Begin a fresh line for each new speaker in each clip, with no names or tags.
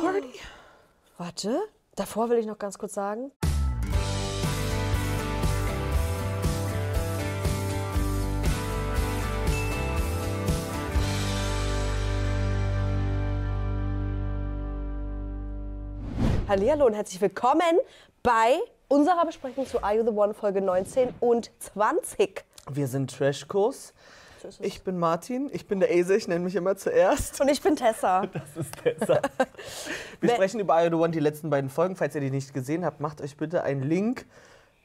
Party?
Warte, davor will ich noch ganz kurz sagen. Hallihallo und herzlich willkommen bei unserer Besprechung zu Are You the One Folge 19 und 20.
Wir sind Trashkurs.
So ist es.
Ich bin Martin, ich bin der Ese, ich nenne mich immer zuerst.
Und ich bin Tessa.
Das ist besser. Wir
Wer-
sprechen über I Do One, die letzten beiden Folgen. Falls ihr die nicht gesehen habt, macht euch bitte einen Link.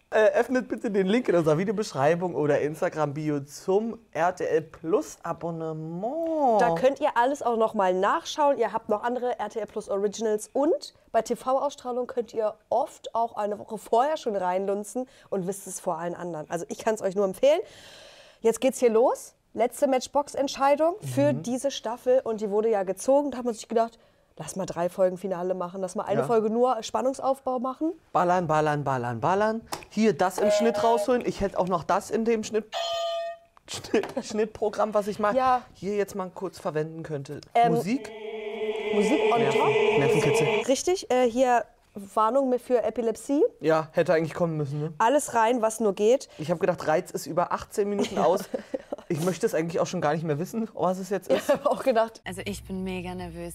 Äh, öffnet bitte den Link in unserer Videobeschreibung oder Instagram-Bio zum RTL Plus Abonnement.
Da könnt ihr alles auch nochmal nachschauen. Ihr habt noch andere RTL Plus Originals und bei TV-Ausstrahlung könnt ihr oft auch eine Woche vorher schon reinlunzen und wisst es vor allen anderen. Also ich kann es euch nur empfehlen. Jetzt geht's hier los. Letzte Matchbox-Entscheidung für diese Staffel und die wurde ja gezogen. Da hat man sich gedacht, lass mal drei Folgen Finale machen, lass mal eine
Ja.
Folge nur Spannungsaufbau machen.
Ballern, ballern, ballern, ballern. Hier das im Schnitt rausholen. Ich hätte auch noch das in dem Schnitt, Schnitt, Schnittprogramm, was ich mal
Ja.
hier jetzt mal kurz verwenden könnte.
Ähm,
Musik,
Musik on
Nerven,
top.
Nervenkitzel.
Richtig, äh, hier Warnung für Epilepsie.
Ja, hätte eigentlich kommen müssen. Ne?
Alles rein, was nur geht.
Ich habe gedacht, Reiz ist über 18 Minuten aus. Ich möchte es eigentlich auch schon gar nicht mehr wissen, was es jetzt ist.
Ich habe auch gedacht,
Also ich bin mega nervös.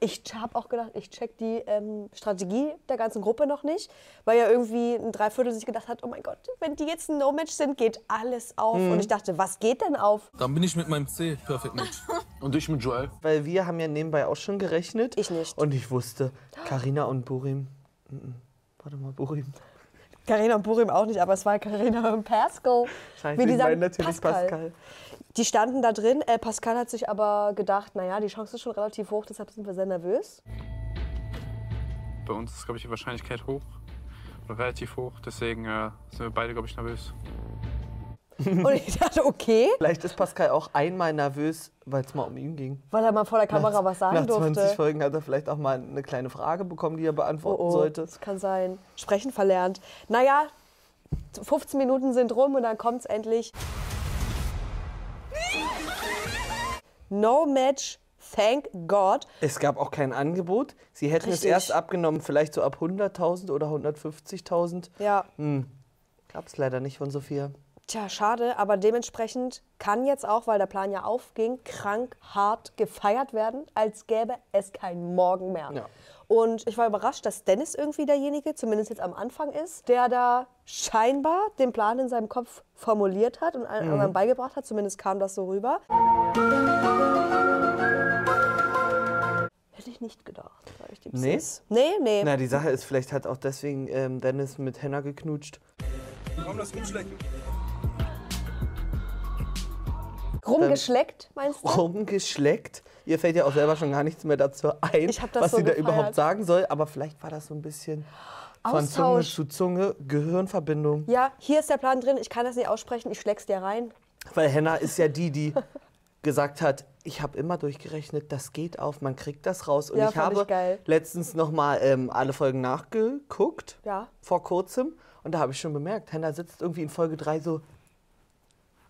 Ich habe auch gedacht, ich check die ähm, Strategie der ganzen Gruppe noch nicht, weil ja irgendwie ein Dreiviertel sich gedacht hat, oh mein Gott, wenn die jetzt ein No-Match sind, geht alles auf.
Mhm.
Und ich dachte, was geht denn auf?
Dann bin ich mit meinem C Perfect Match.
Und ich mit Joel.
Weil wir haben ja nebenbei auch schon gerechnet.
Ich nicht.
Und ich wusste, Karina und Burim. Mhm. Warte mal, Burim.
Carina und Burim auch nicht, aber es war Carina und Pascal.
Scheiße,
Wie die
ich
sagen,
meine natürlich Pascal.
Die standen da drin. Äh, Pascal hat sich aber gedacht, naja, die Chance ist schon relativ hoch, deshalb sind wir sehr nervös.
Bei uns ist, glaube ich, die Wahrscheinlichkeit hoch oder relativ hoch. Deswegen äh, sind wir beide, glaube ich, nervös.
Und ich dachte, okay,
Vielleicht ist Pascal auch einmal nervös, weil es mal um ihn ging.
weil er mal vor der Kamera was
Nach
sagen
20
durfte.
Folgen hat er vielleicht auch mal eine kleine Frage bekommen, die er beantworten
Oh,
sollte.
Das kann sein. Sprechen verlernt. Naja, 15 Minuten sind rum und dann kommt's endlich. No match, thank God.
Es gab auch kein Angebot. Sie hätten es
Richtig.
erst abgenommen, vielleicht so ab 100.000 oder 150.000.
Ja,
Gab es leider nicht von Sophia.
tja, schade, aber dementsprechend kann jetzt auch, weil der Plan ja aufging, krank hart gefeiert werden, als gäbe es keinen Morgen mehr.
Ja.
Und ich war überrascht, dass Dennis irgendwie derjenige, zumindest jetzt am Anfang ist, der da scheinbar den Plan in seinem Kopf formuliert hat und
Mhm.
allen anderen beigebracht hat. Zumindest kam das so rüber. Hätte ich nicht gedacht, sag ich dir. wie
Nee?
es ist. Nee, nee.
Na, die Sache ist, vielleicht hat auch deswegen ähm, Dennis mit Henna geknutscht.
Komm, lass rumschlecken.
Rumgeschleckt, meinst du?
Rumgeschleckt. Ihr fällt ja auch selber schon gar nichts mehr dazu ein,
Ich hab das
was
so
sie da
gefeiert.
überhaupt sagen soll. Aber vielleicht war das so ein bisschen von Zunge
Austausch.
zu Zunge, Gehirnverbindung.
Ja, hier ist der Plan drin, ich kann das nicht aussprechen, ich schläg's dir rein.
Weil Henna ist ja die, die gesagt hat, ich habe immer durchgerechnet, das geht auf, man kriegt das raus. Und
Ja,
ich
fand ich
habe
geil.
letztens nochmal ähm, alle Folgen nachgeguckt,
Ja.
vor kurzem. Und da habe ich schon bemerkt, Henna sitzt irgendwie in Folge 3 so,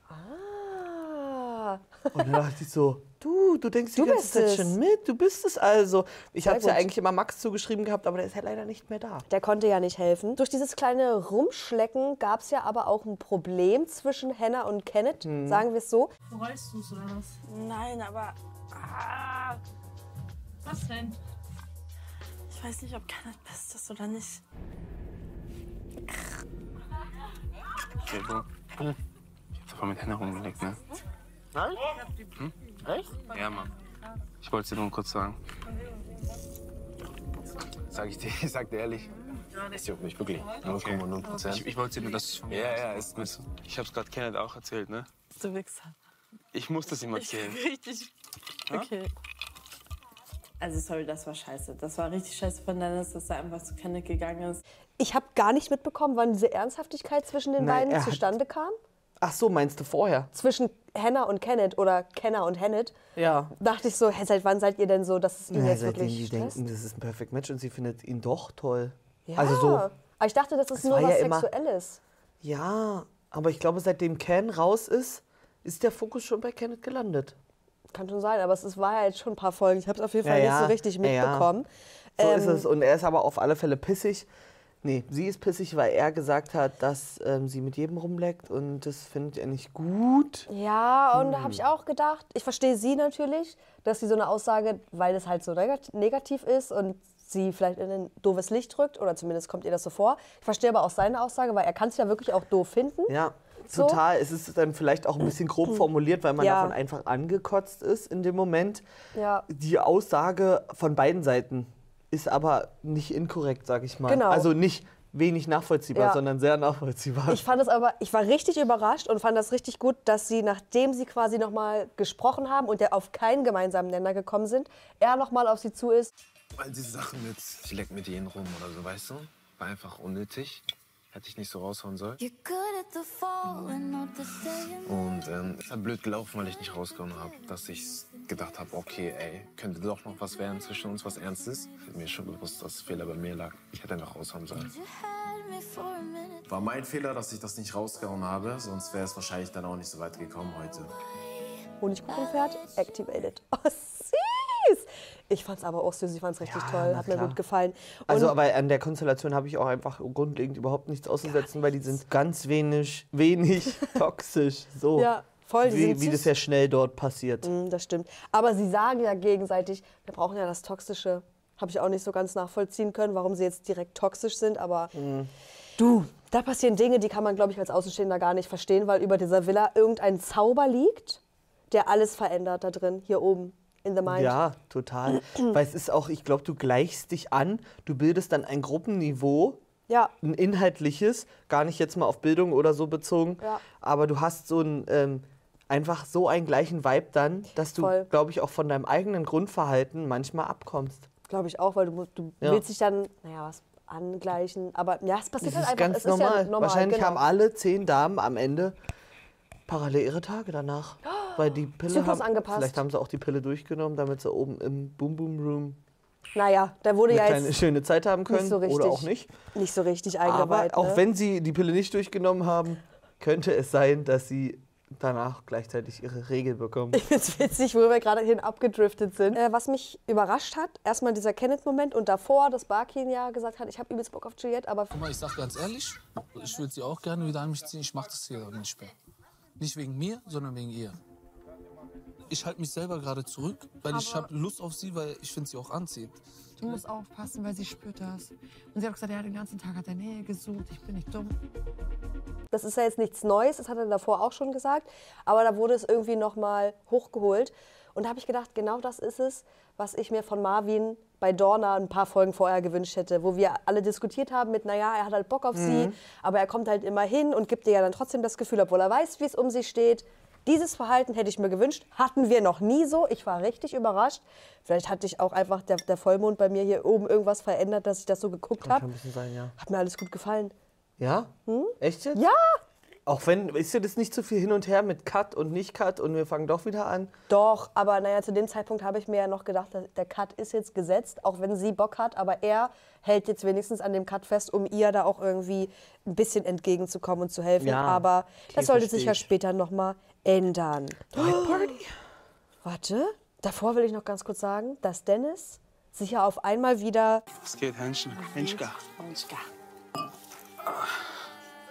Ah.
Und dann dachte ich so, du, du denkst
Du
die ganze
bist
Zeit
es.
schon mit, du bist es also. Ich habe es ja
gut.
eigentlich immer Max zugeschrieben gehabt, aber der ist ja leider nicht mehr da.
Der konnte ja nicht helfen. Durch dieses kleine Rumschlecken gab es ja aber auch ein Problem zwischen Hannah und Kenneth,
Hm.
sagen wir es so.
Bereust du es oder was?
Nein, aber ah.
Was denn?
ich weiß nicht, ob Kenneth best ist oder nicht.
Okay, so.
Hm.
Ich hab's aber mit Henna rumgelegt, ne? Nein? Echt? Ja, Mann. Ich wollte es dir nur kurz sagen.
Sag ich dir, ich sag dir ehrlich. Es juckt mich wirklich. 0,0
Ich,
Prozent.
ich wollte dir nur das von mir
Ja,
sagen.
ja, ist gut. Ich hab's gerade Kenneth auch erzählt, ne?
Du Wichser.
Ich muss das ihm erzählen.
Richtig. Okay. Also sorry, das war scheiße. Das war richtig scheiße von Dennis, dass er einfach zu Kenneth gegangen ist.
Ich habe gar nicht mitbekommen, wann diese Ernsthaftigkeit zwischen den
Nein, er
beiden
hat-
zustande kam.
Ach so, meinst du vorher?
Zwischen Hannah und Kenneth oder Kenner und Hannett.
Ja.
Dachte ich so, hä, seit wann seid ihr denn so, dass es ihn
ja
jetzt
seitdem die
wirklich stresst?
denken, das ist ein Perfect Match und sie findet ihn doch toll.
Ja.
Also so,
Ah. Aber ich dachte, das ist nur
war
was
ja immer-
Sexuelles.
ja, aber ich glaube, seitdem Ken raus ist, ist der Fokus schon bei Kenneth gelandet.
Kann schon sein, aber es ist, war ja jetzt schon ein paar Folgen. Ich habe es auf jeden
Ja,
Fall
ja.
nicht so richtig
Ja, ja.
mitbekommen.
So ist es. Und er ist aber auf alle Fälle pissig. Nee, sie ist pissig, weil er gesagt hat, dass ähm, sie mit jedem rumleckt und das findet er nicht gut.
Ja, und da habe
Hm.
ich auch gedacht, ich verstehe sie natürlich, dass sie so eine Aussage, weil es halt so negat- negativ ist und sie vielleicht in ein doofes Licht drückt oder zumindest kommt ihr das so vor. Ich verstehe aber auch seine Aussage, weil er kann es ja wirklich auch doof finden.
Ja,
So. Hm.
total. Es ist dann vielleicht auch ein bisschen grob formuliert, weil man
Ja.
davon einfach angekotzt ist in dem Moment.
Ja.
Die Aussage von beiden Seiten ist aber nicht inkorrekt, sag ich mal.
Genau.
Also nicht wenig nachvollziehbar,
Ja.
sondern sehr nachvollziehbar.
Ich fand es aber, ich war richtig überrascht und fand das richtig gut, dass sie, nachdem sie quasi nochmal gesprochen haben und ja auf keinen gemeinsamen Nenner gekommen sind, er nochmal auf sie zu ist.
All diese Sachen mit, ich leck mit denen rum oder so, weißt du? War einfach unnötig. Hätte ich nicht so raushauen sollen.
You're good at the falling, not the staying.
Und ähm, es hat blöd gelaufen, weil ich nicht rausgehauen habe, dass ich gedacht habe, okay, ey, könnte doch noch was werden zwischen uns, was Ernstes. Ich hab mir schon bewusst, dass Fehler bei mir lag. Ich hätte einfach raushauen sollen.
You had me for a minute.
War mein Fehler, dass ich das nicht rausgehauen habe, sonst wäre es wahrscheinlich dann auch nicht so weit gekommen heute.
Honigkuchenpferd, activated. Oh, süß! Ich fand's aber auch süß, ich fand's richtig
Ja,
toll,
na
hat mir
klar.
gut gefallen. Und
Also, aber an der Konstellation habe ich auch einfach grundlegend überhaupt nichts auszusetzen, weil die sind ganz wenig, wenig toxisch. So.
Ja, voll, die
Wie,
sind
wie das
süß.
ja schnell dort passiert.
Mm, das stimmt. Aber sie sagen ja gegenseitig, wir brauchen ja das Toxische. Habe ich auch nicht so ganz nachvollziehen können, warum sie jetzt direkt toxisch sind, aber
Hm.
du, da passieren Dinge, die kann man, glaube ich, als Außenstehender gar nicht verstehen, weil über dieser Villa irgendein Zauber liegt, der alles verändert da drin, hier oben, in the mind.
Ja, total. Weil es ist auch, ich glaube, du gleichst dich an, du bildest dann ein Gruppenniveau,
Ja.
ein inhaltliches, gar nicht jetzt mal auf Bildung oder so bezogen,
Ja.
aber du hast so ein, ähm, einfach so einen gleichen Vibe dann, dass
Voll.
du, glaube ich, auch von deinem eigenen Grundverhalten manchmal abkommst.
Glaube ich auch, weil du, mu- du
Ja.
willst dich dann, naja, was angleichen. Aber ja, es passiert
Das
halt
ist
einfach.
ganz
es
normal.
Ist ja normal
Wahrscheinlich
genau.
haben alle zehn Damen am Ende parallel ihre Tage danach, weil die Pille
Zyklus
haben,
angepasst.
vielleicht haben sie auch die Pille durchgenommen, damit sie oben im Boom Boom Room
Naja, da wurde
eine
ja
kleine
jetzt
schöne Zeit haben können
nicht so richtig.
oder auch nicht.
Nicht so richtig
Aber
eingeweiht.
auch
ne?
wenn sie die Pille nicht durchgenommen haben, könnte es sein, dass sie danach gleichzeitig ihre Regel bekommen.
Jetzt witzig, wo wir gerade hin abgedriftet sind. Äh, was mich überrascht hat, erstmal dieser Kenneth-Moment und davor, dass Barkin ja gesagt hat, ich habe übelst Bock auf Juliette, aber
Guck mal, ich sag ganz ehrlich, ich würde sie auch gerne wieder an mich ziehen. Ich mach das hier aber nicht mehr. Nicht wegen mir, sondern wegen ihr. Ich halte mich selber gerade zurück, weil ich habe Lust auf sie, weil ich finde sie auch anzieht.
Du musst aufpassen, weil sie spürt das. Und sie hat gesagt, ja, den ganzen Tag hat er Nähe gesucht, ich bin nicht dumm.
das ist ja jetzt nichts Neues, das hat er davor auch schon gesagt, aber da wurde es irgendwie nochmal hochgeholt. Und da habe ich gedacht, genau das ist es, was ich mir von Marvin bei Dorna ein paar Folgen vorher gewünscht hätte, wo wir alle diskutiert haben mit, naja, er hat halt Bock auf sie,
Mhm.
aber er kommt halt immer hin und gibt dir ja dann trotzdem das Gefühl, obwohl er weiß, wie es um sie steht. Dieses Verhalten hätte ich mir gewünscht, hatten wir noch nie so. Ich war richtig überrascht. Vielleicht hatte ich auch einfach der, der Vollmond bei mir hier oben irgendwas verändert, dass ich das so geguckt
Kann
habe.
ein bisschen sein, ja.
Hat mir alles gut gefallen.
Ja? Echt jetzt?
Hm? Ja!
Auch wenn, ist dir das nicht zu viel hin und her mit Cut und nicht Cut und wir fangen doch wieder an?
Doch, aber naja, zu dem Zeitpunkt habe ich mir ja noch gedacht, dass der Cut ist jetzt gesetzt, auch wenn sie Bock hat, aber er hält jetzt wenigstens an dem Cut fest, um ihr da auch irgendwie ein bisschen entgegenzukommen und zu helfen.
Ja,
aber
okay,
das sollte
verstehe
sich ja
ich.
später nochmal ändern. Warte, davor will ich noch ganz kurz sagen, dass Dennis sich ja auf einmal wieder
Es geht, Henschen. Henschka.
Menschka.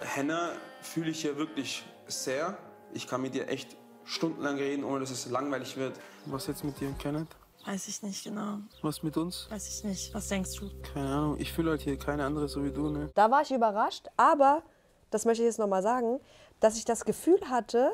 Henna fühle ich hier wirklich sehr. Ich kann mit dir echt stundenlang reden, ohne dass es langweilig wird.
Was jetzt mit dir, Kenneth?
Weiß ich nicht genau.
Was mit uns?
Weiß ich nicht. Was denkst du?
Keine Ahnung, ich fühle halt hier keine andere so wie du, ne?
Da war ich überrascht, aber das möchte ich jetzt nochmal sagen, dass ich das Gefühl hatte,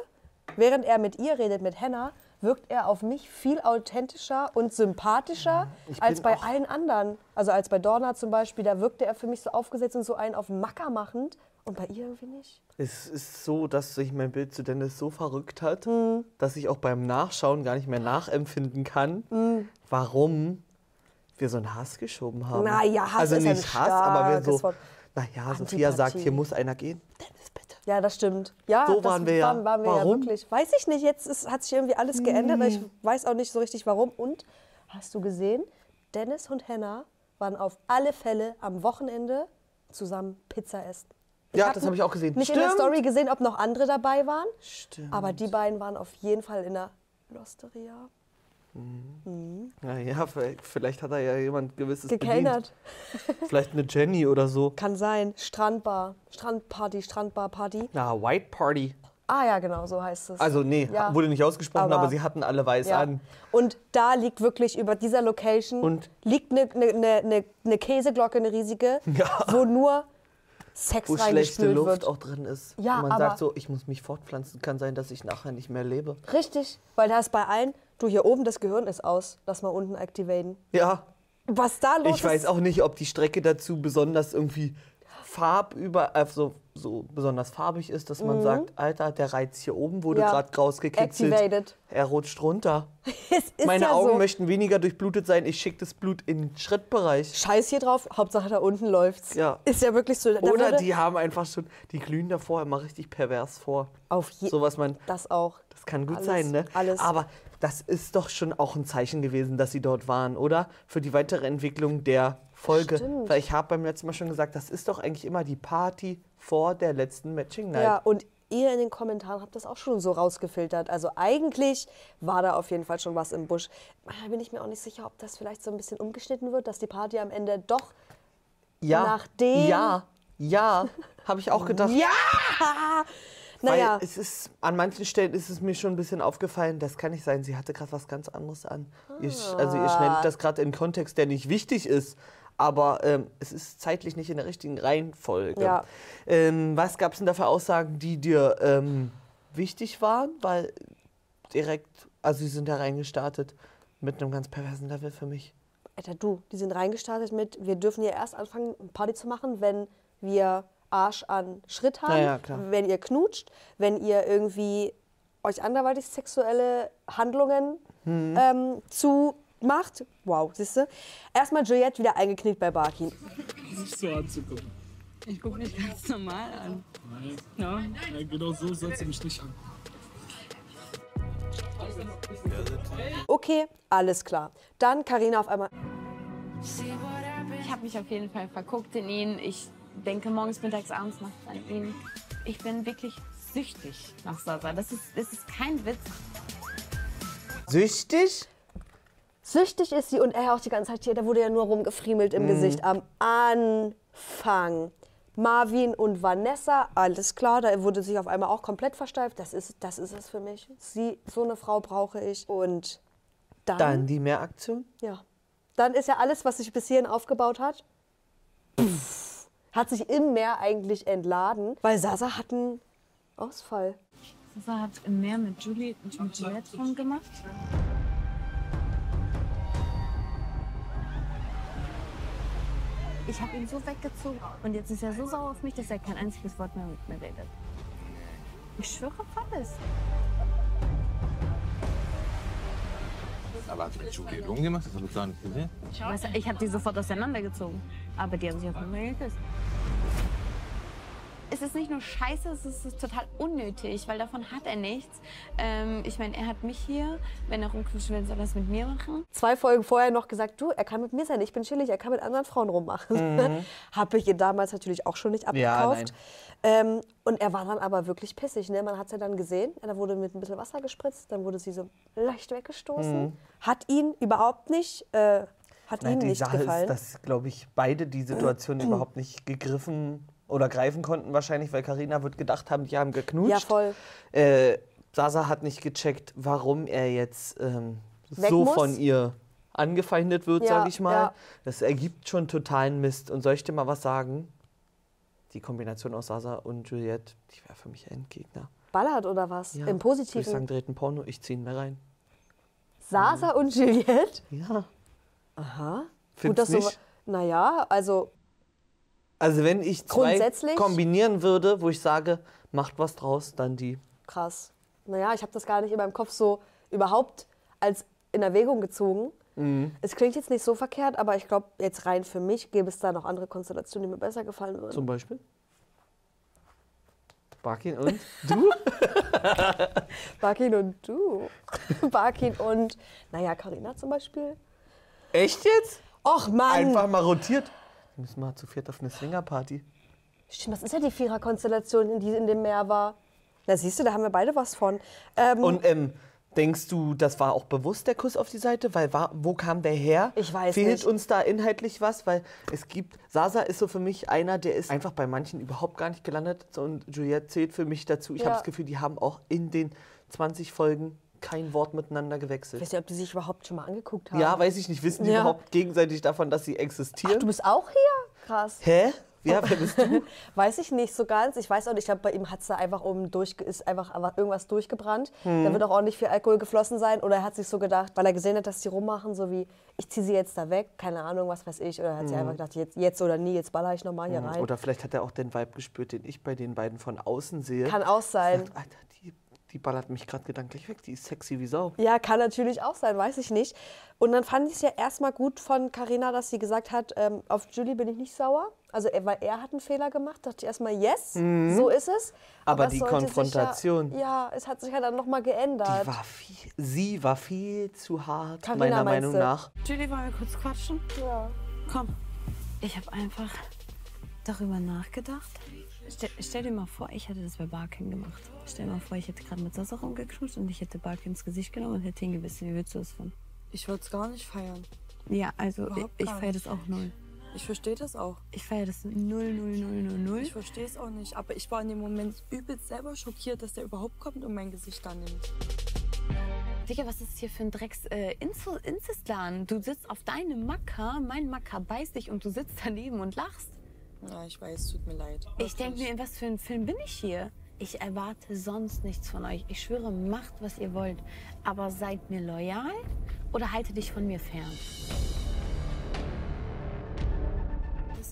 während er mit ihr redet, mit Hannah, wirkt er auf mich viel authentischer und sympathischer als bei allen anderen. Also als bei Dorna zum Beispiel, da wirkte er für mich so aufgesetzt und so einen auf Macker machend und bei ihr irgendwie nicht.
Es ist so, dass sich mein Bild zu Dennis so verrückt hat,
Hm.
dass ich auch beim Nachschauen gar nicht mehr nachempfinden kann,
Hm.
warum wir so einen Hass geschoben haben.
Na ja, Hass
also
ist ja ein
nicht Hass, aber wir
starkes
so,
Wort.
naja, Sophia sagt,
Antipathie.
hier muss einer gehen. Dennis, bitte.
Ja, das stimmt. Ja,
So
das
waren wir ja.
Waren, waren wir
Warum? Hm.
ja wirklich. Weiß ich nicht, jetzt ist, hat sich irgendwie alles geändert. aber Ich weiß auch nicht so richtig warum. Und hast du gesehen, Dennis und Hannah waren auf alle Fälle am Wochenende zusammen Pizza essen.
Ja,
hab
das habe ich auch gesehen.
Nicht in der
Stimmt.
Story gesehen, ob noch andere dabei waren. Stimmt. Aber die beiden waren auf jeden Fall in der Losteria. Mhm.
Naja, vielleicht, vielleicht hat er ja jemand gewisses
Gekellnert.
Bedient. Vielleicht eine Jenny oder so.
Kann sein. Strandbar. Strandparty, Strandbar-Party.
Na, White Party.
Ah ja, genau, so heißt es.
Also nee,
Ja.
wurde nicht ausgesprochen, aber,
Aber-
sie hatten alle weiß
Ja.
an.
Und da liegt wirklich über dieser Location
Und-
liegt eine ne, ne, ne, ne Käseglocke, eine riesige, wo nur Sex
Wo schlechte
reingespült
Luft
wird.
auch drin ist.
Ja,
Und man
aber-
sagt so, ich muss mich fortpflanzen, kann sein, dass ich nachher nicht mehr lebe.
Richtig, weil da ist bei allen, du hier oben, das Gehirn ist aus, lass mal unten aktivieren.
Ja,
Was da los
ich weiß
ist,
auch nicht, ob die Strecke dazu besonders irgendwie farbüber, also so besonders farbig ist, dass man
Mhm.
sagt, Alter, der Reiz hier oben wurde
Ja.
gerade rausgekitzelt.
Activated.
Er rutscht runter.
es ist
Meine
ja
Augen
so.
möchten weniger durchblutet sein, ich schicke das Blut in den Schrittbereich.
Scheiß hier drauf, Hauptsache da unten läuft's.
Ja.
Ist ja wirklich so. da
Oder
wurde-
die haben einfach schon, die glühen davor immer richtig pervers vor.
Auf je-
So was man,
Das auch.
das kann gut
Alles-
sein, ne?
alles.
Aber das ist doch schon auch ein Zeichen gewesen, dass sie dort waren, oder? Für die weitere Entwicklung der Folge.
Stimmt.
Weil ich habe beim letzten Mal schon gesagt, das ist doch eigentlich immer die Party vor der letzten Matching Night.
Ja, und ihr in den Kommentaren habt das auch schon so rausgefiltert. Also eigentlich war da auf jeden Fall schon was im Busch. Da bin ich mir auch nicht sicher, ob das vielleicht so ein bisschen umgeschnitten wird, dass die Party am Ende doch
ja.
nachdem-
Ja, ja, habe ich auch gedacht.
Ja! Naja.
Weil es ist, an manchen Stellen ist es mir schon ein bisschen aufgefallen, das kann nicht sein, sie hatte gerade was ganz anderes an. Ihr, sch- also ihr
Ah.
schneidet das gerade in einen Kontext, der nicht wichtig ist, aber ähm, es ist zeitlich nicht in der richtigen Reihenfolge.
Ja.
Ähm, was gab es denn da für Aussagen, die dir ähm, wichtig waren? Weil direkt, also sie sind da reingestartet mit einem ganz perversen Level für mich.
Alter, du, die sind reingestartet mit, wir dürfen ja erst anfangen, Party zu machen, wenn wir Arsch an Schritt haben,
Na ja, klar.
wenn ihr knutscht, wenn ihr irgendwie euch anderweitig sexuelle Handlungen
Mhm.
ähm, zu macht. Wow, siehst du? Erstmal Juliette wieder eingeknickt bei Barkin.
Sich so anzugucken.
Ich gucke mich ganz normal an.
Nein.
Ja.
Nein, genau so sollst du mich nicht an.
Okay, alles klar. Dann Karina auf einmal.
Ich habe mich auf jeden Fall verguckt in ihn. Ich denke morgens, mittags, abends nachts an ihn. Ich bin wirklich süchtig nach Sasa. Das ist, das ist kein Witz.
Süchtig?
Süchtig ist sie und er auch die ganze Zeit hier. Da wurde ja nur rumgefriemelt im
Mhm.
Gesicht am Anfang. Marvin und Vanessa, alles klar, da wurde sich auf einmal auch komplett versteift. Das ist, das ist es für mich. Sie, so eine Frau brauche ich. Und dann,
Dann die Mehraktion?
ja, dann ist ja alles, was sich bis hierhin aufgebaut hat, pff, hat sich im Meer eigentlich entladen, weil Sasa hat einen Ausfall.
Sasa hat im Meer mit Julie, mit Juliette rumgemacht. Ich habe ihn so weggezogen und jetzt ist er so sauer auf mich, dass er kein einziges Wort mehr mit mir redet. Ich schwöre auf alles.
Aber hat mit Julie rumgemacht? Das habe ich gar nicht gesehen.
Weißt du, ich habe die sofort auseinandergezogen, aber die haben sich auf einmal geküsst. Es ist nicht nur scheiße, es ist total unnötig, weil davon hat er nichts. Ähm, ich meine, er hat mich hier. Wenn er rumknutschen will, soll er es mit mir machen.
zwei Folgen vorher noch gesagt, du, er kann mit mir sein, ich bin chillig, er kann mit anderen Frauen rummachen.
Mhm.
Habe ich ihr damals natürlich auch schon nicht
Ja,
abgekauft. ähm, und er war dann aber wirklich pissig. Ne? Man hat es ja dann gesehen, da wurde mit ein bisschen Wasser gespritzt, dann wurde sie so leicht weggestoßen.
Mhm.
Hat ihn überhaupt nicht, äh, hat
Nein,
ihm
die
nicht
Sache
gefallen.
ist, dass, glaube ich, beide die Situation überhaupt nicht gegriffen oder greifen konnten wahrscheinlich, weil Karina wird gedacht haben, die haben geknutscht.
Ja, voll.
Äh, Sasa hat nicht gecheckt, warum er jetzt ähm,
Weg
so
muss.
von ihr angefeindet wird,
Ja,
sage ich mal.
ja.
Das ergibt schon totalen Mist. Und soll ich dir mal was sagen? Die Kombination aus Sasa und Juliette, die wäre für mich ein Gegner.
Ballert oder was?
Ja,
Im
Würde ich sagen,
Positiven.
dreht ein Porno, ich ziehe ihn mir rein.
Sasa
mhm.
und Juliette?
Ja.
Aha.
Findest
dass
nicht?
Naja, also
Also wenn ich zwei
Grundsätzlich?
kombinieren würde, wo ich sage, macht was draus, dann die.
krass. Naja, ich habe das gar nicht in meinem Kopf so überhaupt als in Erwägung gezogen.
Mhm.
Es klingt jetzt nicht so verkehrt, aber ich glaube, jetzt rein für mich gäbe es da noch andere Konstellationen, die mir besser gefallen würden.
Zum Beispiel? Barkin und du?
Barkin und du. Barkin und, naja, Karina zum Beispiel.
Echt jetzt?
Och Mann!
Einfach mal rotiert. Wir müssen mal zu viert auf eine Swingerparty.
Stimmt, das ist ja die Vierer-Konstellation, in die in dem Meer war. Na siehst du, da haben wir beide was von. Ähm,
Und ähm, Denkst du, das war auch bewusst der Kuss auf die Seite? Weil war, wo kam der her?
Ich weiß
Fehlt
nicht.
uns da inhaltlich was? Weil es gibt, Sasa ist so für mich einer, der ist einfach bei manchen überhaupt gar nicht gelandet. So, Und Juliette zählt für mich dazu. Ich
Ja.
habe das Gefühl, die haben auch in den 20 Folgen kein Wort miteinander
Ich
gewechselt.
weiß nicht, ob die sich überhaupt schon mal angeguckt haben.
Ja, weiß ich nicht. Wissen die
Ja.
überhaupt gegenseitig davon, dass sie existieren?
Du bist auch hier? Krass.
Hä? Ja, wer bist du?
Weiß ich nicht so ganz. Ich weiß auch nicht, ich glaube, bei ihm hat's da einfach um durch, ist einfach aber irgendwas durchgebrannt.
Hm.
Da wird auch ordentlich viel Alkohol geflossen sein. Oder er hat sich so gedacht, weil er gesehen hat, dass die rummachen, so wie, ich ziehe sie jetzt da weg, keine Ahnung, was weiß ich. Oder hat sie
Hm.
einfach gedacht, jetzt, jetzt oder nie, jetzt baller ich nochmal hier
Hm,
rein.
Oder vielleicht hat er auch den Vibe gespürt, den ich bei den beiden von außen sehe.
Kann auch sein.
Sagt, Alter, die, die ballert mich gerade gedanklich weg, die ist sexy wie Sau.
Ja, kann natürlich auch sein, weiß ich nicht. Und dann fand ich es ja erstmal gut von Carina, dass sie gesagt hat, ähm, auf Julie bin ich nicht sauer. Also er, weil er hat einen Fehler gemacht, dachte ich erstmal, yes,
Mhm.
so ist es.
Aber
es
die
sollte sich
Konfrontation.
Ja, ja, es hat sich ja dann nochmal geändert.
Die war viel, sie war viel zu hart,
Carina,
meiner
meinst
Meinung
du?
nach.
Julie, wollen wir kurz quatschen? Ja. Komm. Ich habe einfach darüber nachgedacht. Stell, stell dir mal vor, ich hätte das bei Barkin gemacht. Stell dir mal vor, ich hätte gerade mit Sasa rumgeknutscht und ich hätte Barkin ins Gesicht genommen und hätte ihn gebissen. Wie würdest du das finden?
Ich würde es gar nicht feiern.
Ja, also ich,
Überhaupt
ich
gar
feiere
nicht.
das auch null.
Ich verstehe das auch.
Ich feiere das null, null, null, null, null.
Ich verstehe es auch nicht. Aber ich war in dem Moment übelst selber schockiert, dass der überhaupt kommt und mein Gesicht dann nimmt.
Digga, was ist hier für ein Drecks äh, Inzu- Inzestladen? Du sitzt auf deinem Macker, mein Macker beißt dich und du sitzt daneben und lachst.
Ja, ich weiß, tut mir leid.
Oh,
Ich denke mir, in was für einem Film bin ich hier? Ich erwarte sonst nichts von euch. Ich schwöre, macht, was ihr wollt. Aber seid mir loyal oder halte dich von mir fern.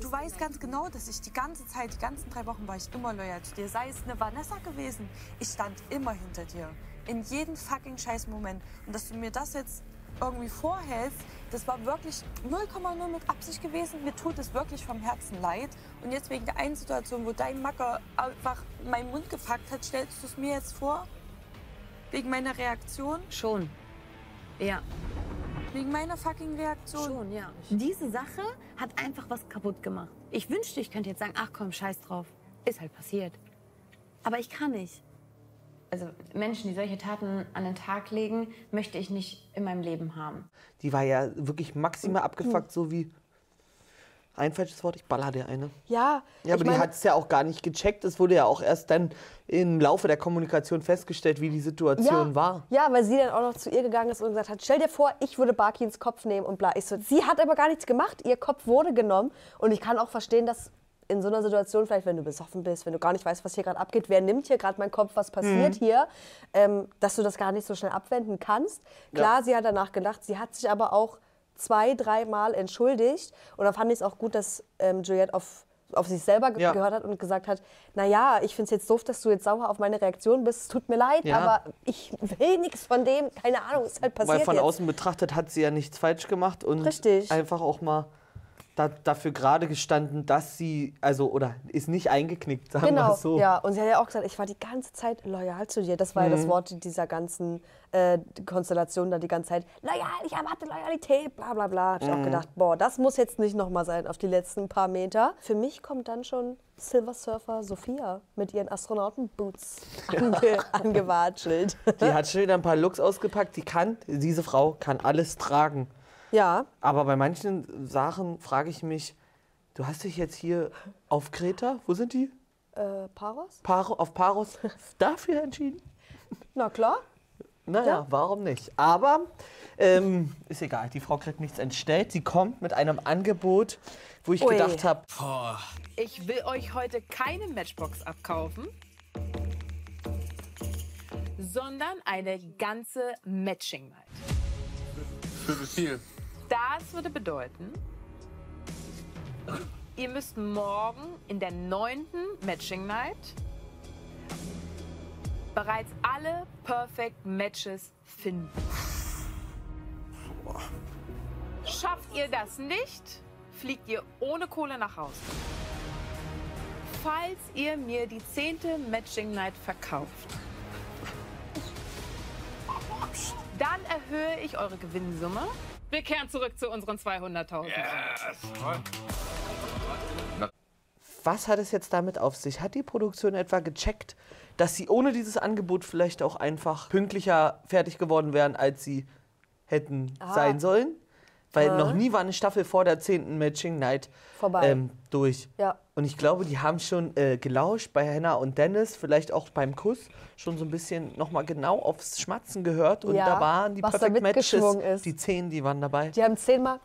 Du weißt ganz genau, dass ich die ganze Zeit, die ganzen drei Wochen war ich immer loyal zu dir. Sei es eine Vanessa gewesen. Ich stand immer hinter dir. In jedem fucking scheiß Moment. Und dass du mir das jetzt irgendwie vorhältst, das war wirklich 0,0 mit Absicht gewesen. Mir tut es wirklich vom Herzen leid. Und jetzt wegen der einen Situation, wo dein Macker einfach meinen Mund gefuckt hat, stellst du es mir jetzt vor? Wegen meiner Reaktion?
Schon. Ja.
Wegen meiner fucking Reaktion?
Schon, ja. Diese Sache hat einfach was kaputt gemacht. Ich wünschte, ich könnte jetzt sagen, ach komm, scheiß drauf. Ist halt passiert. Aber ich kann nicht. Also Menschen, die solche Taten an den Tag legen, möchte ich nicht in meinem Leben haben.
Die war ja wirklich maximal abgefuckt, so wie ein falsches Wort, ich baller dir eine.
Ja,
Ja, aber
ich meine,
die hat es ja auch gar nicht gecheckt. Es wurde ja auch erst dann im Laufe der Kommunikation festgestellt, wie die Situation
ja,
war.
Ja, weil sie dann auch noch zu ihr gegangen ist und gesagt hat, stell dir vor, ich würde Baki ins Kopf nehmen und bla. Ich so, sie hat aber gar nichts gemacht, ihr Kopf wurde genommen. Und ich kann auch verstehen, dass in so einer Situation, vielleicht wenn du besoffen bist, wenn du gar nicht weißt, was hier gerade abgeht, wer nimmt hier gerade meinen Kopf, was passiert
Mhm.
hier, ähm, dass du das gar nicht so schnell abwenden kannst. Klar,
Ja.
sie hat danach gedacht, sie hat sich aber auch zwei, dreimal entschuldigt. Und da fand ich es auch gut, dass ähm, Juliette auf auf sich selber ge
Ja.
gehört hat und gesagt hat, naja, ich finde es jetzt doof, dass du jetzt sauer auf meine Reaktion bist, es tut mir leid,
Ja.
aber ich will nichts von dem, keine Ahnung, ist halt passiert
Weil von
jetzt.
außen betrachtet hat sie ja nichts falsch gemacht und
Richtig.
einfach auch mal da, dafür gerade gestanden, dass sie, also, oder ist nicht eingeknickt, sagen wir
genau,
es so.
ja. Und sie hat ja auch gesagt, ich war die ganze Zeit loyal zu dir. Das war ja das
Mhm.
Wort dieser ganzen äh, Konstellation da die ganze Zeit. Loyal, ich erwarte Loyalität, bla bla bla. Hab ich auch
Mhm.
gedacht, boah, das muss jetzt nicht nochmal sein auf die letzten paar Meter. Für mich kommt dann schon Silver Surfer Sophia mit ihren Astronautenboots ange angewatschelt.
Die hat schon wieder ein paar Looks ausgepackt. Die kann, diese Frau kann alles tragen.
Ja.
Aber bei manchen Sachen frage ich mich, du hast dich jetzt hier auf Kreta, wo sind die?
Äh, Paros?
Paro, auf Paros dafür entschieden?
Na klar.
Naja,
Ja.
warum nicht? Aber ähm, ist egal, die Frau kriegt nichts entstellt. Sie kommt mit einem Angebot, wo ich
Ui.
gedacht habe,
Ich will euch heute keine Matchbox abkaufen, sondern eine ganze Matching Night.
Für wie viel?
Das würde bedeuten, ihr müsst morgen in der neunten Matching Night bereits alle Perfect Matches finden. Schafft ihr das nicht, fliegt ihr ohne Kohle nach Hause. Falls ihr mir die zehnte Matching Night verkauft, dann erhöhe ich eure Gewinnsumme. Wir kehren zurück zu unseren 200.000.
Yes.
was was hat es jetzt damit auf sich? Hat die Produktion etwa gecheckt, dass sie ohne dieses Angebot vielleicht auch einfach pünktlicher fertig geworden wären, als sie hätten
Ah.
sein sollen? Weil
Ja.
noch nie war eine Staffel vor der 10. Matching Night
Vorbei.
ähm, durch.
Ja.
Und ich glaube, die haben schon äh, gelauscht bei Hannah und Dennis, vielleicht auch beim Kuss, schon so ein bisschen nochmal genau aufs Schmatzen gehört. Und
Ja,
da waren die
was da
Perfect Matches.
mitgeschwungen ist.
Die 10, die waren dabei.
Die haben zehnmal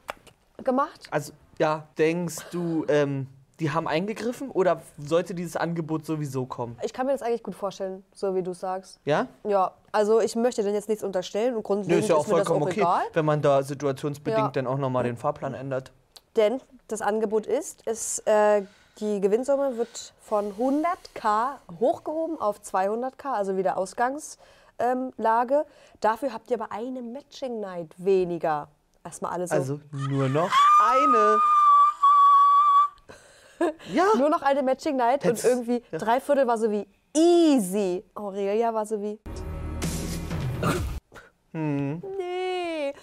gemacht.
Also, ja, denkst du, ähm, die haben eingegriffen oder sollte dieses Angebot sowieso kommen?
Ich kann mir das eigentlich gut vorstellen, so wie du sagst.
Ja?
Ja, also ich möchte denn jetzt nichts unterstellen und
Nö,
grundlegend
ist ja auch
mir das auch
vollkommen okay,
egal.
wenn man da situationsbedingt
Ja.
dann auch nochmal den Fahrplan ändert.
Denn das Angebot ist, es, äh, die Gewinnsumme wird von 100k hochgehoben auf 200k, also wieder Ausgangslage. Ähm, Lage. Dafür habt ihr aber eine Matching Night weniger. Erstmal alles so.
Also nur noch eine. Ja.
Nur noch eine Matching Night
Hätt's-
und irgendwie drei Viertel war so wie easy. Aurelia war so wie,
Hm.
nee.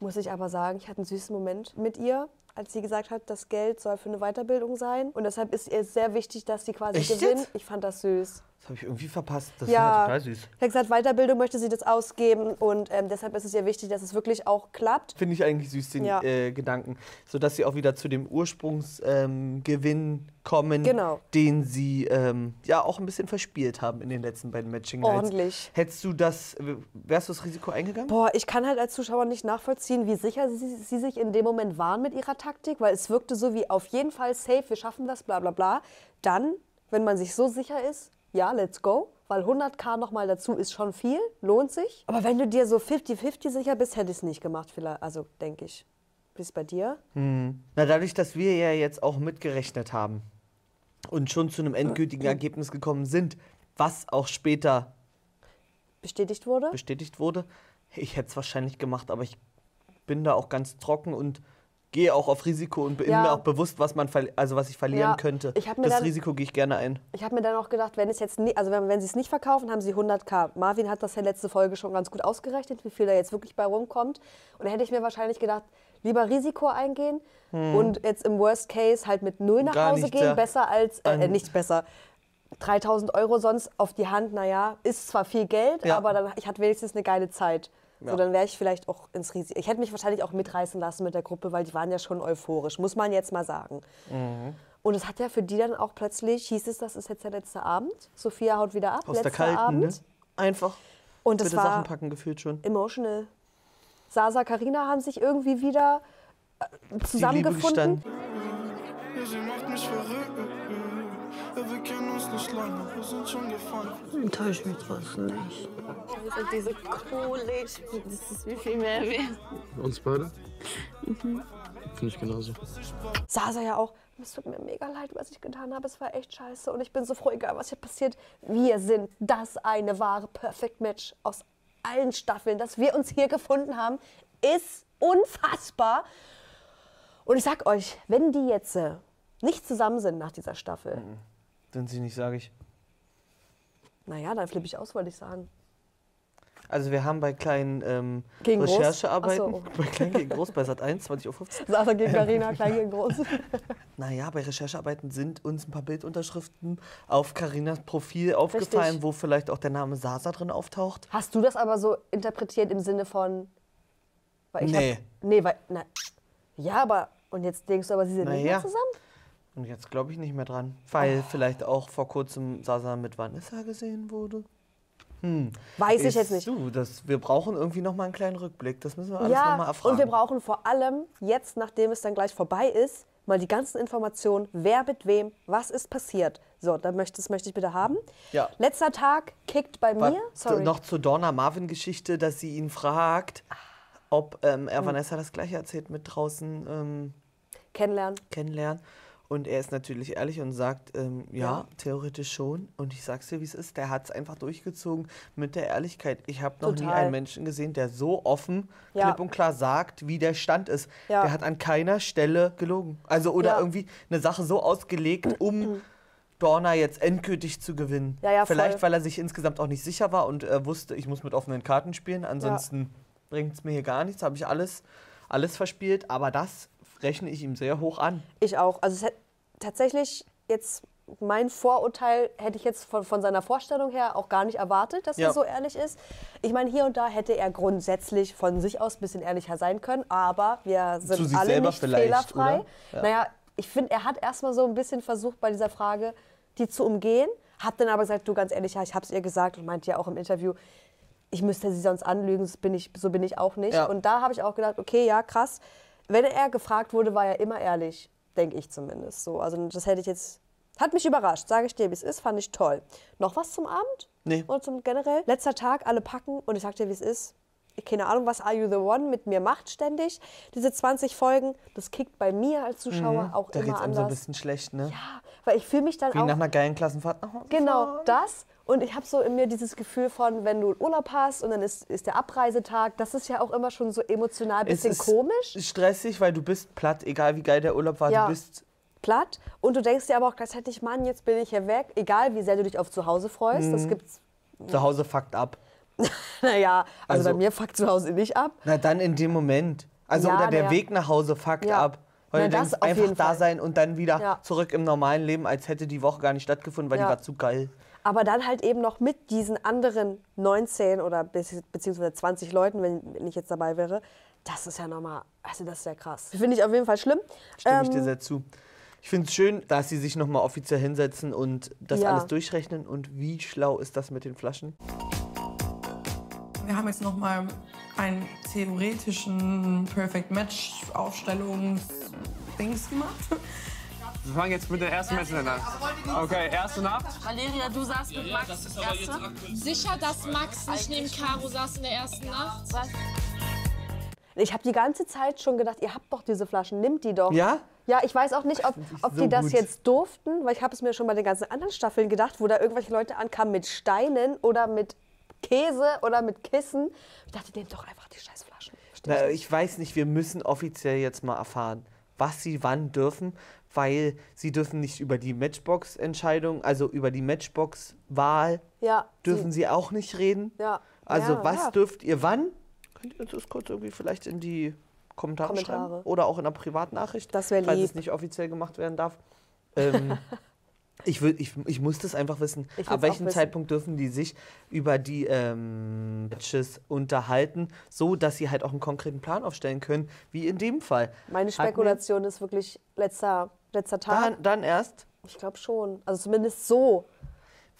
Muss ich aber sagen, ich hatte einen süßen Moment mit ihr, als sie gesagt hat, das Geld soll für eine Weiterbildung sein. Und deshalb ist ihr sehr wichtig, dass sie quasi
Echt
gewinnt.
jetzt?
Ich fand das süß.
Das habe ich irgendwie verpasst. Das
Ja.
war total süß.
Sie hat gesagt, Weiterbildung möchte sie das ausgeben und ähm, deshalb ist es ihr wichtig, dass es wirklich auch klappt.
Finde ich eigentlich süß, den
Ja.
äh, Gedanken. Sodass sie auch wieder zu dem Ursprungsgewinn ähm, Gewinn kommen,
Genau.
den sie ähm, ja auch ein bisschen verspielt haben in den letzten beiden Matching Nights.
Ordentlich.
Hättest du das, wärst du das Risiko eingegangen?
Boah, ich kann halt als Zuschauer nicht nachvollziehen, wie sicher sie, sie sich in dem Moment waren mit ihrer Taktik, weil es wirkte so wie auf jeden Fall safe, wir schaffen das, bla bla bla. Dann, wenn man sich so sicher ist, ja, let's go, weil 100k nochmal dazu ist schon viel, lohnt sich. Aber wenn du dir so 50-50 sicher bist, hätte ich es nicht gemacht, vielleicht, also denke ich. Wie ist es bei dir?
Hm. Na, dadurch, dass wir ja jetzt auch mitgerechnet haben und schon zu einem endgültigen Ergebnis gekommen sind, was auch später
Bestätigt wurde?
bestätigt wurde, ich hätte es wahrscheinlich gemacht, aber ich bin da auch ganz trocken und gehe auch auf Risiko und bin
Ja.
mir auch bewusst, was man verli- also was ich verlieren
Ja,
könnte.
ich hab mir
das
dann-
Risiko gehe ich gerne ein.
Ich habe mir dann auch gedacht, wenn es jetzt nie, also wenn, wenn sie es nicht verkaufen, haben sie 100k. Marvin hat das ja letzte Folge schon ganz gut ausgerechnet, wie viel da jetzt wirklich bei rumkommt. Und da hätte ich mir wahrscheinlich gedacht, lieber Risiko eingehen
Hm.
und jetzt im Worst Case halt mit null nach
Gar
Hause
nichts,
gehen,
ja.
besser als äh, äh,
Dann-
nicht besser. 3000 Euro sonst auf die Hand, naja, ist zwar viel Geld,
Ja.
aber dann, ich hatte wenigstens eine geile Zeit.
Ja.
So, dann wäre ich vielleicht auch ins Risiko. Ich hätte mich wahrscheinlich auch mitreißen lassen mit der Gruppe, weil die waren ja schon euphorisch, muss man jetzt mal sagen. Und es hat ja für die dann auch plötzlich, hieß es, das ist jetzt der letzte Abend. Sophia haut wieder ab,
Aus
letzter
der kalten,
Abend.
ne? Einfach.
Und das
Bitte
war-
Sachen packen gefühlt schon.
Emotional. Sasa, Karina haben sich irgendwie wieder äh, zusammengefunden.
Ja, sie macht mich verrückt. Ja, wir kennen uns nicht lange, wir sind schon gefangen.
Enttäusch mich trotzdem nicht.
Also diese Kohle, das ist wie viel mehr wert.
Uns beide? Finde ich genauso.
Sasa ja auch, es tut mir mega leid, was ich getan habe. Es war echt scheiße und ich bin so froh, egal was hier passiert. Wir sind das eine wahre Perfect Match aus allen Staffeln, dass wir uns hier gefunden haben, ist unfassbar. Und ich sag euch, wenn die jetzt äh, nicht zusammen sind nach dieser Staffel,
Sind sie nicht, sage ich.
naja, dann flippe ich aus, wollte ich sagen.
Also wir haben bei kleinen ähm,
Gegen Groß?
Recherchearbeiten,
Ach so.
bei klein gegen groß, bei Sat 1, 20.15 Uhr.
Sasa gegen Karina, klein gegen groß.
Naja, bei Recherchearbeiten sind uns ein paar Bildunterschriften auf Karinas Profil aufgefallen, wo vielleicht auch der Name Sasa drin auftaucht.
Hast du das aber so interpretiert im Sinne von. Weil ich
Nee.
Hab, nee, weil. Na, ja, aber. Und jetzt denkst du aber, sie sind nicht
Naja.
mehr zusammen?
Und jetzt glaube ich nicht mehr dran, weil
Oh.
vielleicht auch vor kurzem Sasa mit Vanessa gesehen wurde. Hm.
Weiß ich jetzt nicht.
Du, das, wir brauchen irgendwie nochmal einen kleinen Rückblick. Das müssen wir alles
ja,
nochmal erfragen.
und wir brauchen vor allem jetzt, nachdem es dann gleich vorbei ist, mal die ganzen Informationen, wer mit wem, was ist passiert. So, dann möchte, das möchte ich bitte haben.
Ja.
Letzter Tag kickt bei
War
mir. Sorry. Ah.
Noch zur Donna-Marvin-Geschichte, dass sie ihn fragt, ob ähm, er
Hm.
Vanessa das gleiche erzählt mit draußen ähm,
kennenlernen.
kennenlernen. Und er ist natürlich ehrlich und sagt, ähm, ja,
Ja.
theoretisch schon. Und ich sag's dir, wie es ist. Der hat es einfach durchgezogen mit der Ehrlichkeit. Ich habe noch nie
Total.
einen Menschen gesehen, der so offen,
Ja.
klipp und klar sagt, wie der Stand ist.
Ja.
Der hat an keiner Stelle gelogen. Also oder
Ja. Mhm.
irgendwie eine Sache so ausgelegt, um Dorna jetzt endgültig zu gewinnen.
Ja, ja,
Vielleicht,
voll.
weil er sich insgesamt auch nicht sicher war und äh, wusste, ich muss mit offenen Karten spielen, ansonsten bringt es mir hier gar nichts, habe ich alles, alles verspielt. Aber das rechne ich ihm sehr hoch an.
Ich auch. Also es hat, tatsächlich jetzt mein Vorurteil hätte ich jetzt von, von seiner Vorstellung her auch gar nicht erwartet, dass
Ja.
er so ehrlich ist. Ich meine, hier und da hätte er grundsätzlich von sich aus ein bisschen ehrlicher sein können, aber wir
Zu
sind
sich
alle
selber
nicht
vielleicht,
fehlerfrei.
oder? Ja.
Naja, ich finde, er hat erstmal so ein bisschen versucht, bei dieser Frage die zu umgehen, hat dann aber gesagt, du ganz ehrlich, ja, ich habe es ihr gesagt und meinte ja auch im Interview, ich müsste sie sonst anlügen, das bin ich, so bin ich auch nicht.
Ja.
Und da habe ich auch gedacht, okay, ja, krass. Wenn er gefragt wurde, war er immer ehrlich, denke ich zumindest so. Also das hätte ich jetzt, hat mich überrascht, sage ich dir, wie es ist, fand ich toll. Noch was zum Abend?
Nee.
Und zum generell? Letzter Tag, alle packen und ich sag dir, wie es ist. Keine Ahnung, was Are You The One mit mir macht ständig. Diese 20 Folgen, das kickt bei mir als Zuschauer
Mhm.
auch
da
immer
geht's einem so ein
anders.
bisschen schlecht, ne? Ja,
Weil ich fühle mich dann
Wie
auch
nach einer geilen Klassenfahrt. Oh,
Genau, das. Und ich habe so in mir dieses Gefühl von, wenn du Urlaub hast und dann ist, ist der Abreisetag, das ist ja auch immer schon so emotional ein bisschen komisch.
stressig, weil du bist platt, egal wie geil der Urlaub war,
Ja.
du bist
platt. Und du denkst dir aber auch gleichzeitig, Mann, jetzt bin ich hier weg. Egal, wie sehr du dich auf zu Hause freust. Das
Mhm.
gibt's,
zu Hause fucked ab.
naja, also,
Also-
bei mir fuckt zu Hause nicht ab.
Na dann in dem Moment. Also
Ja,
oder der
naja.
Weg nach Hause fuckt
Ja.
ab. Weil
Na,
du
das auf
denkst, einfach
jeden
da
Fall.
sein und dann wieder
Ja.
zurück im normalen Leben, als hätte die Woche gar nicht stattgefunden, weil
Ja.
die war zu geil.
Aber dann halt eben noch mit diesen anderen 19 oder be- beziehungsweise 20 Leuten, wenn, wenn ich jetzt dabei wäre, das ist ja nochmal, also das ist ja krass. Finde ich auf jeden Fall schlimm.
Stimme ich
Ähm,
dir sehr zu. Ich finde es schön, dass sie sich nochmal offiziell hinsetzen und das
Ja.
alles durchrechnen. Und wie schlau ist das mit den Flaschen?
Wir haben jetzt noch mal einen theoretischen Perfect Match Aufstellungs-Dings gemacht.
Wir fangen jetzt mit der ersten Match in der Nacht. Okay, erste Nacht.
Valeria, du saßt mit Max das erste. Sicher, dass Max nicht neben Caro saß in der ersten Nacht?
Ich habe die ganze Zeit schon gedacht, ihr habt doch diese Flaschen, nimmt die doch.
Ja?
Ja, ich weiß auch nicht, ob, ob
so
die das
gut.
jetzt durften, weil ich habe es mir schon bei den ganzen anderen Staffeln gedacht, wo da irgendwelche Leute ankamen mit Steinen oder mit Käse oder mit Kissen. Ich dachte, nehmt doch einfach die scheiß Flaschen.
Na, ich weiß nicht, wir müssen offiziell jetzt mal erfahren, was sie wann dürfen, weil sie dürfen nicht über die Matchbox-Entscheidung, also über die Matchbox-Wahl,
Ja,
dürfen
die-
sie auch nicht reden.
Ja.
Also
ja,
was
ja.
dürft ihr wann? Könnt ihr uns das kurz irgendwie vielleicht in die Kommentare,
Kommentare.
schreiben? Oder auch in einer Privatnachricht,
Das wär
falls
lieb.
es nicht offiziell gemacht werden darf. Ähm, ich, will, ich, ich muss das einfach wissen.
Ich will's
Ab
auch
welchem
wissen.
Zeitpunkt dürfen die sich über die ähm, Matches unterhalten, so dass sie halt auch einen konkreten Plan aufstellen können, wie in dem Fall.
Meine
Hatten wir-
Spekulation ist wirklich letzter, letzter Tag.
Dann, dann erst?
Ich glaube schon. Also zumindest so.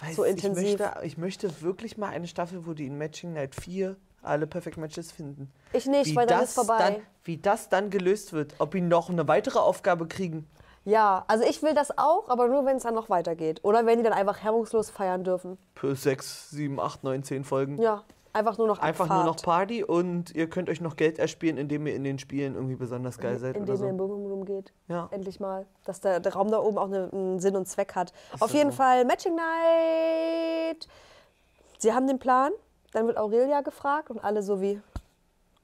Weiß,
so intensiv.
Ich möchte, ich möchte wirklich mal eine Staffel, wo die in Matching Night 4 alle Perfect Matches finden.
Ich nicht, weil dann ist vorbei.
Dann, wie das dann gelöst wird, ob die noch eine weitere Aufgabe kriegen.
Ja, also ich will das auch, aber nur wenn es dann noch weitergeht. Oder wenn die dann einfach hemmungslos feiern dürfen.
Für 6, 7, 8, 9, 10 Folgen.
Ja, einfach nur noch
Einfach
Abfahrt.
nur noch Party und ihr könnt euch noch Geld erspielen, indem ihr in den Spielen irgendwie besonders geil seid
in dem
oder
er
so.
im Boom Room geht.
Ja.
Endlich mal. Dass der, der Raum da oben auch eine, einen Sinn und Zweck hat.
Ist
Auf
das
jeden
so?
Fall Matching Night. Sie haben den Plan. Dann wird Aurelia gefragt und alle so wie,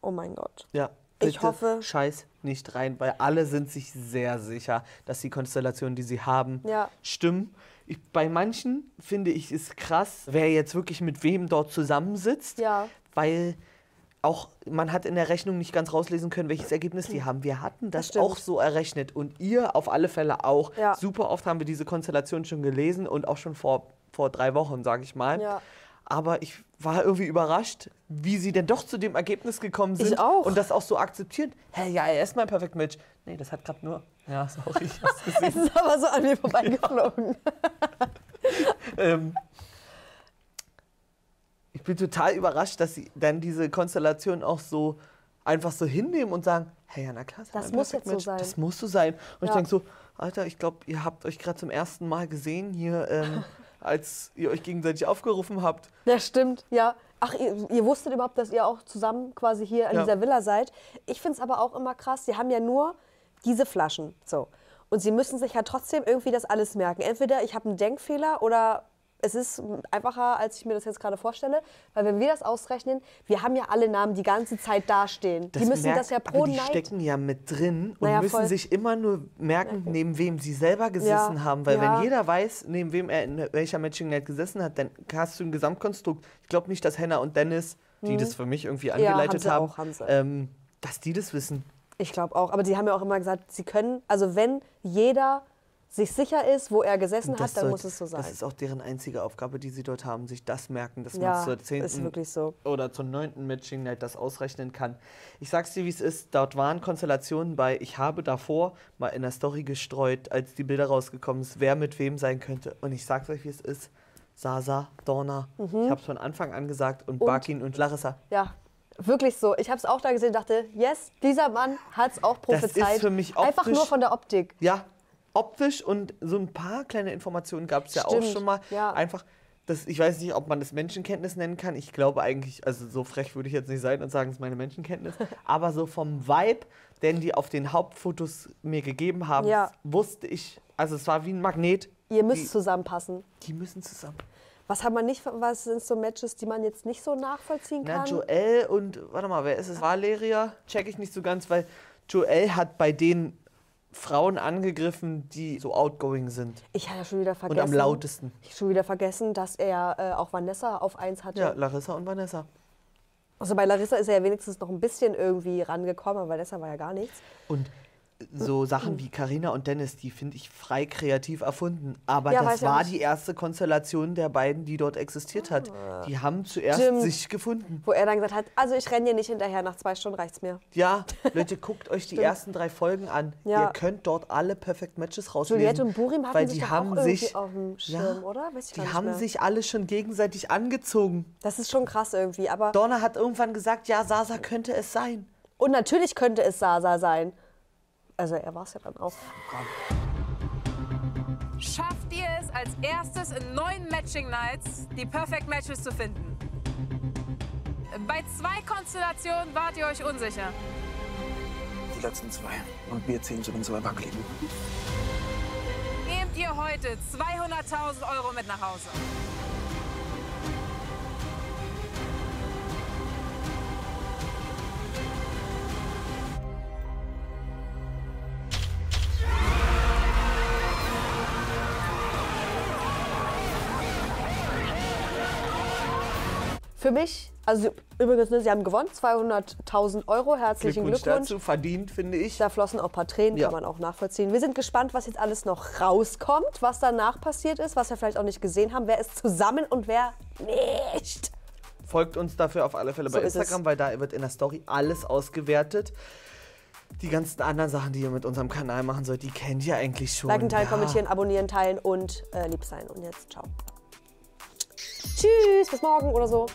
oh mein Gott.
Ja.
Ich
Bitte
hoffe-
Scheiß nicht rein, weil alle sind sich sehr sicher, dass die Konstellationen, die sie haben,
Ja.
stimmen. Ich, bei manchen finde ich es krass, wer jetzt wirklich mit wem dort zusammensitzt,
Ja.
weil auch man hat in der Rechnung nicht ganz rauslesen können, welches Ergebnis die haben. Wir hatten das,
stimmt.
auch so errechnet und ihr auf alle Fälle auch.
Ja.
Super oft haben wir diese Konstellation schon gelesen und auch schon vor, vor drei Wochen, sage ich mal.
Ja.
Aber ich war irgendwie überrascht, wie sie denn doch zu dem Ergebnis gekommen sind.
Ich auch.
Und das auch so akzeptiert. Hä, ja, er ist mein Perfect Match. Nee, das hat gerade nur. Ja, sorry, ich hab's
Es
gesehen.
ist aber so an mir vorbeigeflogen.
ähm, ich bin total überrascht, dass sie dann diese Konstellation auch so einfach so hinnehmen und sagen: Hey, ja, na klar, ist
Das
mein
muss jetzt
Perfect
so
Match.
sein.
Das muss so sein. Und ich
Ja.
denke so: Alter, ich glaube, ihr habt euch gerade zum ersten Mal gesehen hier, ähm, als ihr euch gegenseitig aufgerufen habt.
Ja, stimmt, ja. Ach, ihr, ihr wusstet überhaupt, dass ihr auch zusammen quasi hier an
Ja.
dieser Villa seid. Ich finde es aber auch immer krass, sie haben ja nur diese Flaschen. So. Und sie müssen sich ja trotzdem irgendwie das alles merken. Entweder ich habe einen Denkfehler oder es ist einfacher, als ich mir das jetzt gerade vorstelle. Weil wenn wir das ausrechnen, wir haben ja alle Namen die ganze Zeit dastehen. die müssen
merkt-
das ja pro
aber die
Night.
stecken ja mit drin und
Naja,
müssen
voll.
sich immer nur merken, neben wem sie selber gesessen
Ja,
haben. Weil
ja.
wenn jeder weiß, neben wem er in welcher Matching Night gesessen hat, dann hast du ein Gesamtkonstrukt. Ich glaube nicht, dass Hannah und Dennis, die
Mhm.
das für mich irgendwie
Ja, haben
angeleitet
sie
haben,
auch, haben sie.
Ähm, dass die das wissen.
Ich glaube auch. Aber die haben ja auch immer gesagt, sie können, also wenn jeder sich sicher ist, wo er gesessen hat,
Das
dann muss
sollte-
es so sein.
Das ist auch deren einzige Aufgabe, die sie dort haben, sich das merken, dass
Ja,
man zur
ist
10.
wirklich so.
oder zur 9. Matching Night das ausrechnen kann. Ich sag's dir, wie es ist. Dort waren Konstellationen bei, ich habe davor mal in der Story gestreut, als die Bilder rausgekommen sind, wer mit wem sein könnte. Und ich sag's euch, wie es ist. Sasa, Dorna,
Mhm.
ich hab's von Anfang an gesagt, und,
Und-
Bakin und Larissa.
Ja, wirklich so. Ich habe es auch da gesehen und dachte, yes, dieser Mann hat es auch prophezeit.
ist für mich
Einfach
optisch-
nur von der Optik.
Ja, optisch und so ein paar kleine Informationen gab es ja auch
Stimmt,
schon mal.
ja.
Einfach, das, ich weiß nicht, ob man das Menschenkenntnis nennen kann. Ich glaube eigentlich, also so frech würde ich jetzt nicht sein und sagen, es ist meine Menschenkenntnis. aber so vom Vibe, den die auf den Hauptfotos mir gegeben haben,
Ja.
wusste ich, also es war wie ein Magnet.
Ihr müsst
Die-
zusammenpassen.
Die müssen zusammen.
Was hat man nicht, was sind so Matches, die man jetzt nicht so nachvollziehen
Na,
kann?
Joel und, warte mal, wer ist es? Valeria? Check ich nicht so ganz, weil Joel hat bei den Frauen angegriffen, die so outgoing sind.
ich hatte ja schon wieder
Und
vergessen.
am lautesten.
Ich hab schon wieder vergessen, dass er ja äh, auch Vanessa auf eins hatte.
Ja, Larissa und Vanessa.
Also bei Larissa ist er ja wenigstens noch ein bisschen irgendwie rangekommen, aber Vanessa war ja gar nichts.
Und so Sachen wie Carina und Dennis, die finde ich frei kreativ erfunden. Aber
Ja, weiß
das
ja
war
nicht.
die erste Konstellation der beiden, die dort existiert hat. Die haben zuerst
Stimmt.
sich gefunden.
Wo er dann gesagt hat, also ich renne hier nicht hinterher, nach zwei Stunden reicht's mir.
Ja, Leute, guckt euch die
Stimmt.
ersten drei Folgen an.
Ja.
Ihr könnt dort alle Perfect Matches rauslesen.
Juliette und Burim hatten
weil
sich
die
doch
haben
auch irgendwie
sich,
auf dem Schirm, oder? Weiß ich gar
die
nicht
haben
mehr.
sich alle schon gegenseitig angezogen.
Das ist schon krass irgendwie, aber...
Donna hat irgendwann gesagt, ja, Sasa könnte es sein.
Und natürlich könnte es Sasa sein. Also er war es ja dann auch.
Schafft ihr es als erstes in neun Matching Nights, die Perfect Matches zu finden? Bei zwei Konstellationen wart ihr euch unsicher.
Die letzten zwei. Und wir zählen zu den zwei Wackeligen.
Nehmt ihr heute 200.000 Euro mit nach Hause?
Für mich, also übrigens, ne, sie haben gewonnen, 200.000 Euro, herzlichen
Glückwunsch
Glückwunsch.
dazu, verdient, finde ich.
Da flossen auch ein paar Tränen,
Ja.
kann man auch nachvollziehen. Wir sind gespannt, was jetzt alles noch rauskommt, was danach passiert ist, was wir vielleicht auch nicht gesehen haben. Wer ist zusammen und wer nicht?
Folgt uns dafür auf alle Fälle bei
So ist es.
Instagram, weil da wird in der Story alles ausgewertet. Die ganzen anderen Sachen, die ihr mit unserem Kanal machen sollt, die kennt ihr eigentlich schon.
Liken, teilen,
ja.
kommentieren, abonnieren, teilen und äh, lieb sein. Und jetzt ciao. Tschüss, bis morgen oder so.